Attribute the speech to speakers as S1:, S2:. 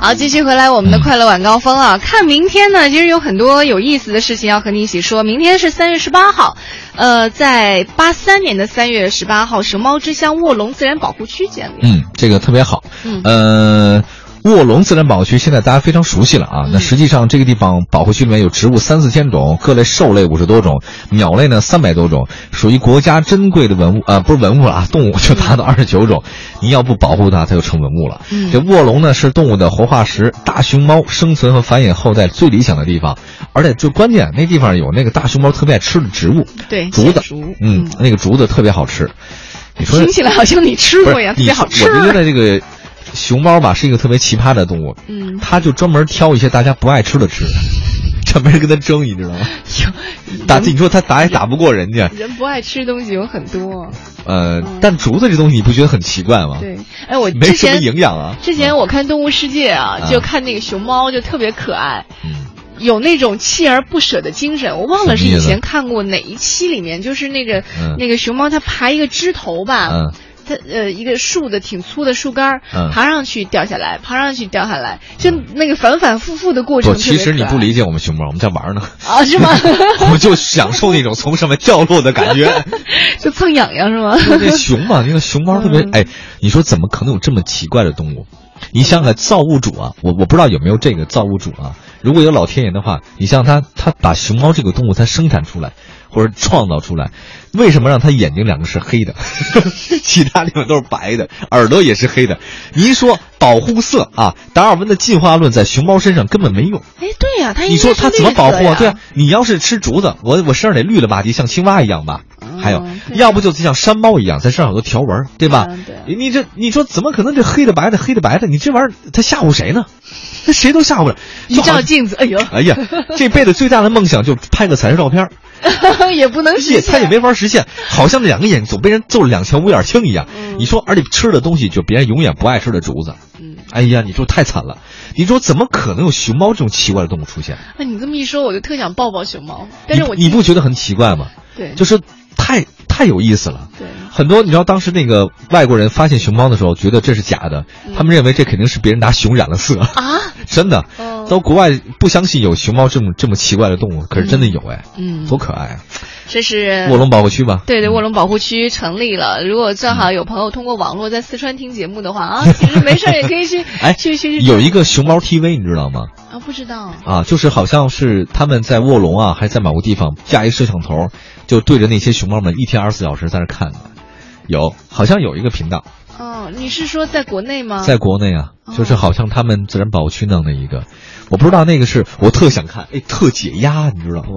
S1: 好，继续回来我们的快乐晚高峰啊！
S2: 嗯
S1: 看明天呢，其实有很多有意思的事情要和你一起说。明天是三月十八号，呃，在八三年的三月十八号，熊猫之乡卧龙自然保护区建立。
S2: 嗯，这个特别好。
S1: 嗯
S2: 呃，卧龙自然保护区现在大家非常熟悉了啊。那
S1: 嗯
S2: 实际上这个地方保护区里面有植物三四千种，各类兽类五十多种，鸟类呢三百多种，属于国家珍贵的文物啊、呃不是文物了啊，动物就达到二十九种。你要不保护它，它就成文物了。
S1: 嗯
S2: 这卧龙呢是动物的活化石，大熊猫生存和繁衍后代最理想的地方，而且最关键那地方有那个大熊猫特别爱吃的植物，
S1: 对，
S2: 竹子
S1: 现竹，嗯
S2: 嗯，那个竹子特别好吃。你说
S1: 听起来好像你吃
S2: 不
S1: 过
S2: 是
S1: 呀，特
S2: 你
S1: 别好
S2: 说
S1: 吃。
S2: 我就觉得这个熊猫吧是一个特别奇葩的动物，
S1: 嗯，
S2: 它就专门挑一些大家不爱吃的吃，这没人跟它争，你知道吗？打你说它打也打不过人家，
S1: 人不爱吃的东西有很多。
S2: 呃
S1: 嗯，
S2: 但竹子这东西你不觉得很奇怪吗？
S1: 对，哎，我
S2: 没
S1: 之
S2: 什么
S1: 前
S2: 营养啊。
S1: 之前我看《动物世界》啊，
S2: 啊
S1: 就看那个熊猫，就特别可爱。
S2: 嗯
S1: 有那种锲而不舍的精神。我忘了是
S2: 什么
S1: 以
S2: 意思
S1: 前看过哪一期里面，就是那个、
S2: 嗯
S1: 那个熊猫，它爬一个枝头吧，
S2: 嗯
S1: 它呃一个树的挺粗的树干儿，
S2: 嗯
S1: 爬上去掉下来，爬上去掉下来，就那个反反复复的过程
S2: 不，
S1: 特别可爱。
S2: 其实你不理解我们熊猫，我们在玩儿呢。
S1: 啊？是吗？
S2: 我就享受那种从上面掉落的感觉。
S1: 就蹭痒痒是吗？
S2: 那熊嘛，那个熊猫特别
S1: 嗯
S2: 哎，你说怎么可能有这么奇怪的动物？你想想看，造物主啊，我我不知道有没有这个造物主啊。如果有老天爷的话，你像他，他把熊猫这个动物它生产出来或者创造出来，为什么让它眼睛两个是黑的， 其他地方都是白的，耳朵也是黑的？你一说保护色啊，达尔文的进化论在熊猫身上根本没用。
S1: 哎，对呀、它应
S2: 你
S1: 该
S2: 说
S1: 是
S2: 它怎么保护
S1: 绿色
S2: 啊
S1: 呀？
S2: 对啊，，你要是吃竹子，我我身上得绿了吧唧，像青蛙一样吧。还有
S1: 嗯，对
S2: 要不就像山猫一样，在身上有个条纹儿，对吧
S1: 嗯对？
S2: 你你这你说怎么可能这黑的白的黑的白的？你这玩意儿它吓唬谁呢？这谁都吓唬不了。
S1: 一
S2: 就好
S1: 照镜子，哎呦，
S2: 哎呀，这辈子最大的梦想就拍个彩色照片儿，
S1: 也不能实
S2: 也他
S1: 现。
S2: 也没法实现，好像两个眼总被人揍了两拳五眼青一样
S1: 嗯。
S2: 你说，而且吃的东西就别人永远不爱吃的竹子，
S1: 嗯，
S2: 哎呀，你说太惨了。你说怎么可能有熊猫这种奇怪的动物出现？
S1: 哎，你这么一说，我就特想抱抱熊猫，但是
S2: 你
S1: 我
S2: 你不觉得很奇怪吗？
S1: 对
S2: 就是太太有意思了。
S1: 对
S2: 很多你知道，当时那个外国人发现熊猫的时候，觉得这是假的，
S1: 嗯
S2: 他们认为这肯定是别人拿熊染了色，
S1: 啊，
S2: 真的
S1: 哦。
S2: 到国外不相信有熊猫这么这么奇怪的动物，可是真的有哎，
S1: 嗯
S2: 多可爱啊！
S1: 这是
S2: 卧龙保护区吧，
S1: 对对，卧龙保护区成立了。
S2: 嗯
S1: 如果正好有朋友通过网络在四川听节目的话 啊，其实没事儿也可以去
S2: 哎
S1: 去去去
S2: 有一个熊猫 TV 你知道吗？
S1: 啊，不知道
S2: 啊，就是好像是他们在卧龙啊，还是在某个地方架一摄像头，就对着那些熊猫们一天二十四小时在那看的。有，好像有一个频道，
S1: 哦，你是说在国内吗？
S2: 在国内啊，就是
S1: 哦
S2: 好像他们自然保护区弄的一个，我不知道那个是我特想看，哎，特解压，你知道吗？